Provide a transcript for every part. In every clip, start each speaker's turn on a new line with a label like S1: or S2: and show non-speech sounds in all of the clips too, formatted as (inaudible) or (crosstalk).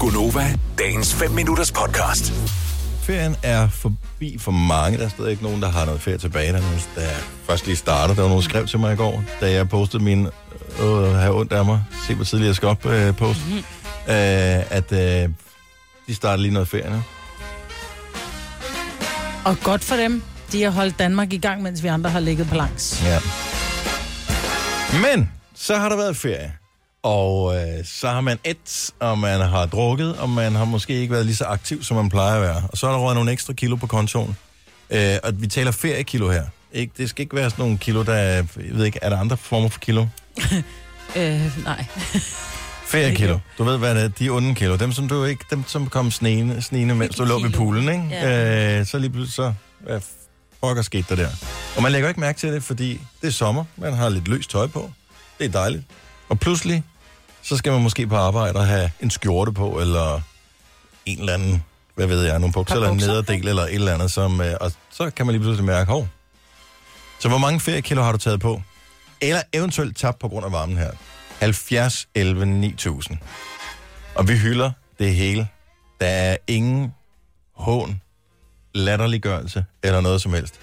S1: Gunova, dagens 5 minutters podcast.
S2: Ferien er forbi for mange. Der er stadig ikke nogen, der har noget ferie tilbage. Der er nogen, der først lige starter. Der var nogen, der skrev til mig i går, da jeg postede min øh, have ondt af mig, se hvor tidligt jeg skal op øh, post, mm-hmm. øh, at øh, de starter lige noget ferie nu.
S3: Og godt for dem. De har holdt Danmark i gang, mens vi andre har ligget på langs.
S2: Ja. Men så har der været ferie. Og øh, så har man et, og man har drukket, og man har måske ikke været lige så aktiv, som man plejer at være. Og så er der røget nogle ekstra kilo på kontoen. Øh, og vi taler feriekilo her. Ikke, det skal ikke være sådan nogle kilo, der... er- Jeg ved ikke, er der andre former for kilo?
S3: Øh, nej.
S2: Feriekilo. Du ved, hvad det er. De onde kilo. Dem, som du ikke... Dem, som kom snigende, snigende mens du lå ved
S4: Kilo.
S2: poolen, ikke? Ja. Øh, så lige pludselig så... Hvad fuck er sket der der? Og man lægger ikke mærke til det, fordi det er sommer. Man har lidt løst tøj på. Det er dejligt. Og pludselig, så skal man måske på arbejde og have en skjorte på, eller en eller anden, hvad ved jeg, nogle bukser,
S3: Par
S2: eller en
S3: bukser,
S2: nederdel, eller et eller andet. Som, øh, og så kan man lige pludselig mærke, hov. Så hvor mange feriekilo har du taget på? Eller eventuelt tabt på grund af varmen her? 70 11 9000. Og vi hylder det hele. Der er ingen hån, latterliggørelse eller noget som helst.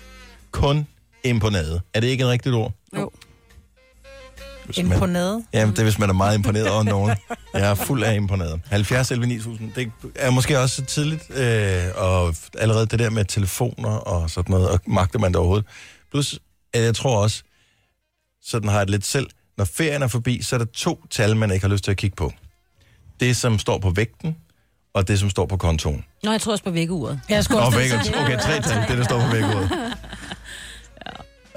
S2: Kun imponade. Er det ikke et rigtigt ord?
S3: Jo.
S2: Hvis man-
S3: Imponade.
S2: Ja, det er, hvis man er meget imponeret over nogen. Jeg er fuld af imponeret. 70 11 9000, det er måske også tidligt, øh, og allerede det der med telefoner og sådan noget, og magter man det overhovedet. Plus, at jeg tror også, sådan har jeg det lidt selv, når ferien er forbi, så er der to tal, man ikke har lyst til at kigge på. Det, som står på vægten, og det, som står på kontoen.
S4: Nå, jeg tror også på vækkeuret.
S3: Jeg skulle
S2: Nå,
S3: også...
S2: væggen. Okay, tre tal, det, der står på væggen.
S5: (laughs)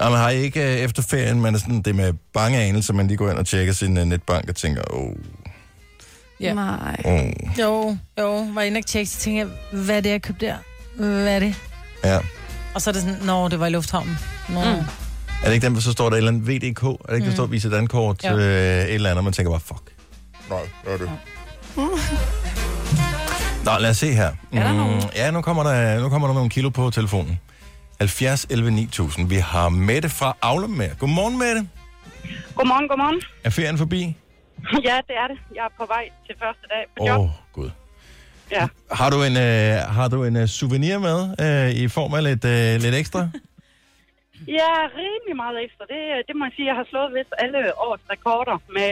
S2: Ja. man har I ikke øh, efter ferien, man er sådan, det er med bange anelse, man lige går ind og tjekker sin øh, netbank og tænker, åh, oh,
S3: Ja.
S5: Nej.
S2: åh. Oh.
S3: Jo, jo. Var inde og tjekke, så tænkte jeg, hvad er det, jeg købte der? Hvad er det?
S2: Ja.
S3: Og så er det sådan, nå, det var i lufthavnen. Nå. Mm.
S4: Mm.
S2: Er det ikke dem, så står der et eller andet VDK? Er det ikke, der
S3: Mm.
S2: står Visa Dankort?
S3: Ja.
S2: Ja. Øh, et eller andet, og man tænker bare, fuck. Nej, det er det. (laughs) Nå, lad os se her. Mm,
S5: Er der nogen?
S2: ja, nu kommer, der, nu kommer der nogle kilo på telefonen. 70 11 9000. Vi har Mette fra Aulum med. Godmorgen, Mette.
S6: Godmorgen, godmorgen. (laughs)
S2: Er ferien forbi?
S6: Ja, det er det. Jeg er på vej til første dag på
S2: Åh,
S6: job.
S2: oh, gud.
S6: Ja.
S2: Har du en, øh, har du en øh, souvenir med øh, i form af lidt, øh, lidt ekstra?
S6: ja, rimelig meget ekstra. Det, det må jeg sige, jeg har slået vist alle års rekorder med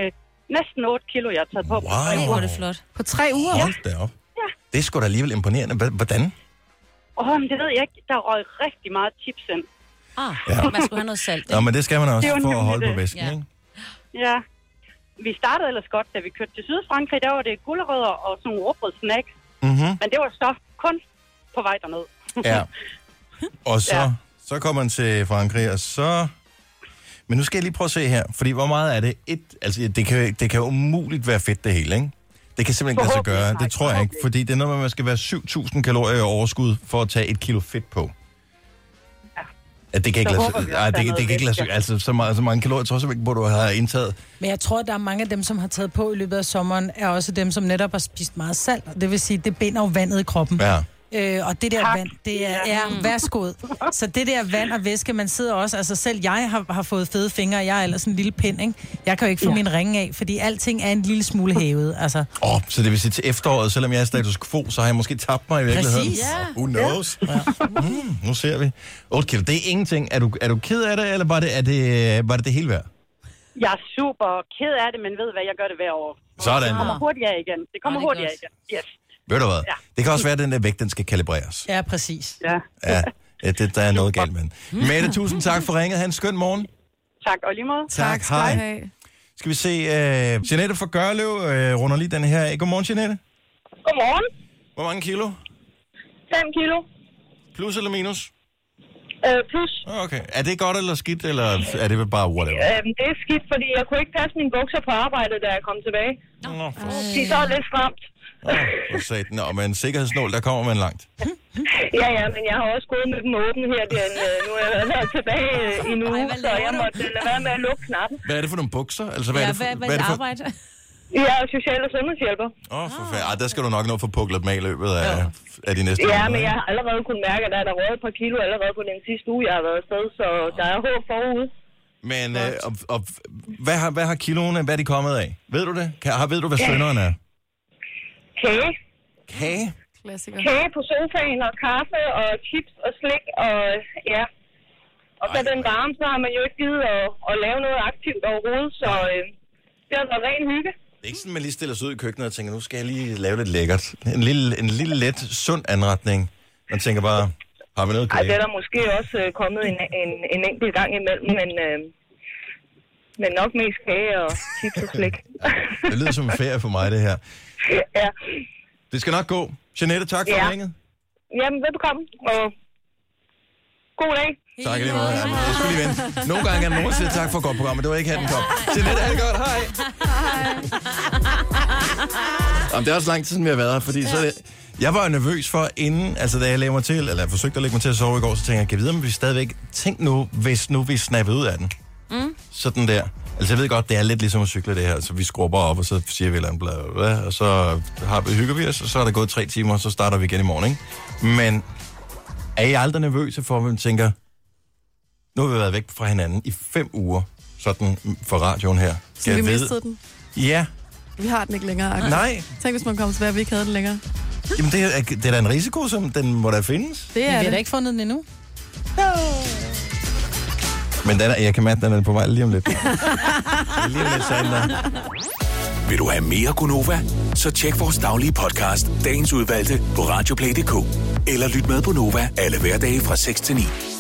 S6: næsten 8 kilo, jeg har taget på.
S2: Wow.
S4: Ej, hvor er det flot.
S5: På tre uger?
S2: Hold da op. Det er sgu da alligevel imponerende. Hva- Hvordan?
S6: Åh, men det ved jeg ikke. Der røg rigtig meget chips ind.
S4: Ah,
S2: Ja.
S4: man skulle have noget salt.
S2: Nå, men det skal man også
S6: Det er jo
S2: for at
S6: nemlig
S2: holde på
S6: det.
S2: væsken, ja.
S4: Ja.
S2: ikke?
S6: Ja. Vi startede ellers godt, da vi kørte til Sydfrankrig. Der var det gulerødder og sådan nogle råbrødsnacks.
S2: Mm-hmm.
S6: Men det var så kun på vej derned. (laughs)
S2: Ja. Og så, ja.
S6: Ja.
S2: så kommer man til Frankrig, og så... Men nu skal jeg lige prøve at se her, fordi hvor meget er det? Et, altså, det kan, det kan jo umuligt være fedt, det hele, ikke? Det kan simpelthen ikke lade sig
S6: Forhåbentlig
S2: gøre.
S6: nej.
S2: Det tror jeg ikke,
S6: Forhåbentlig.
S2: fordi det er noget med, at man skal være 7.000 kalorier i overskud for at tage et kilo fedt på. Ja, det kan ikke
S6: Så
S2: lade
S6: håber
S2: sig,
S6: vi også,
S2: ej,
S6: der
S2: det,
S6: er
S2: kan- det
S6: noget
S2: kan ikke lade sig,
S6: vægt, ja.
S2: altså så mange, så mange kalorier, tror jeg simpelthen ikke, hvor du har indtaget.
S3: Men jeg tror, at der er mange af dem, som har taget på i løbet af sommeren, er også dem, som netop har spist meget salt. Og Det vil sige, det binder jo vandet i kroppen.
S2: Ja.
S3: Øh, og det der tak. vand, det er, ja, værsgod. Så det der vand og væske, man sidder også, altså selv jeg har, har fået fede fingre, og jeg er ellers en lille pind, ikke? Jeg kan jo ikke få ja. min ringe af, fordi alting er en lille smule hævet, altså.
S2: Åh, oh, så det vil sige til efteråret, selvom jeg er status quo, så har jeg måske tabt mig i virkeligheden.
S3: Præcis.
S4: Ja.
S2: Who knows? Ja. Mm, nu ser vi. 8 kilo, det er ingenting. Er du, er du ked af det, eller var det er det, var det, det hele værd?
S6: Jeg er super ked af det, men ved hvad, jeg gør det hver år.
S2: Sådan.
S6: Det kommer hurtigt af igen. Det kommer
S4: Nå, det er
S6: hurtigt af
S4: godt.
S6: igen. Yes.
S2: Ved du hvad?
S6: Ja.
S2: Det kan også være, at den der vægt, den skal kalibreres.
S3: Ja, præcis.
S6: Ja.
S2: Ja, ja det, der er noget galt med den. Mette, tusind tak for ringet. Han skøn morgen.
S6: Tak, og i lige måde.
S2: Tak,
S5: skal
S2: hej.
S5: du have.
S2: Skal vi se, øh, Jeanette fra Gørlev øh, runder lige den her af. Godmorgen, Jeanette.
S6: Godmorgen.
S2: Hvor mange kilo?
S6: 5 kilo.
S2: Plus eller minus?
S6: Øh, plus,
S2: Ah, Okay. Er det godt eller skidt, eller er det bare whatever?
S6: øh, det er skidt, fordi jeg kunne ikke passe mine bukser på arbejde, da jeg kom tilbage.
S2: Nå, for
S6: De er så lidt stramt.
S2: Åh, for satan. Nå, med en sikkerhedsnål, der kommer man langt.
S6: Ja, ja, men jeg har også gået med dem åbne her. Den, øh, nu er jeg været tilbage øh, i nu,
S4: Ej, hvad
S6: så
S4: laver
S6: jeg
S4: du?
S6: måtte øh, lade være med at lukke knappen.
S2: Hvad er det for nogle bukser? Altså, hvad er
S4: Ja,
S2: det for,
S4: hvad, hvad,
S2: er
S4: hvad
S2: det for...
S4: arbejde?
S6: Jeg er social- og sundhedshjælper.
S2: Åh, oh,
S4: Ah.
S2: for fanden. Ej, der skal du nok nå at få puklet med i løbet af, af de næste
S6: Ja,
S2: måneder,
S6: men
S2: ikke?
S6: jeg har allerede kunnet mærke, at der er der røget et par kilo allerede på den sidste uge, jeg har været afsted, så der er håb forude.
S2: Men, øh, og, og, hvad, har, hvad har kiloene, hvad er de kommet af? Ved du det? Kan, har, ved du, hvad sønderen er?
S6: Kage?
S2: Kage?
S4: Klassiker.
S5: kage på sofaen og kaffe og chips og slik og ja. Og så
S2: Ej,
S5: den
S2: ej.
S5: varme, så har man jo ikke givet at, at lave noget aktivt overhovedet, så øh, det har været ren hygge.
S2: Det er ikke sådan, man lige stiller sig ud i køkkenet og tænker, nu skal jeg lige lave lidt lækkert. En lille, en lille let, sund anretning. Man tænker bare, har vi noget
S5: Ej,
S2: kage?
S5: det er der måske også øh, kommet en, en, en enkelt gang imellem, men, øh, men nok mest kage og chips og slik.
S2: det lyder som en ferie for mig, det her.
S5: ja.
S2: Det skal nok gå. Jeanette, tak for
S5: Ja.
S2: ja. ringet.
S5: Jamen, velbekomme, og god dag.
S2: Tak lige meget. Jamen, Jeg skulle lige vente. Nogle gange er der nogen, der siger tak for et godt program, men det var ikke her, den kom. Jeanette, ha' det godt. Hej. Jamen, det er også lang tid, siden vi har været her, fordi så er det... Jeg var jo nervøs for, inden, altså da jeg lagde mig til, eller jeg forsøgte at lægge mig til at sove i går, så tænkte jeg, kan jeg vide, om vi stadigvæk... Tænk nu, hvis nu vi snappede ud af den. Mm. Sådan der. Altså, jeg ved godt, det er lidt ligesom at cykle det her. Så vi skrubber op, og så siger vi et eller andet, bla, bla, bla, og så har, hygger vi os, og så er der gået tre timer, og så starter vi igen i morgen, ikke? Men er I aldrig nervøse for, at man tænker, nu har vi været væk fra hinanden i fem uger, sådan for radioen her.
S4: Så
S2: Jeg
S4: vi
S2: ved-
S4: mistede den. (laughs)
S2: Ja,
S4: Vi har den ikke længere. Agnes.
S2: nej.
S4: Tænk, hvis man kom tilbage, og vi ikke havde den længere.
S2: Jamen, det er, det er da en risiko, som den må da findes.
S4: Det
S3: Vi
S4: er
S3: har da
S4: det.
S3: ikke fundet den endnu.
S2: Men den er, jeg kan mærke, den er på vej lige om lidt. Det er lige om lidt senere.
S1: Vil du have mere Gunova? Så tjek vores daglige podcast, dagens udvalgte, på radioplay.dk. Eller lyt med på Nova alle hverdage fra 6 til 9.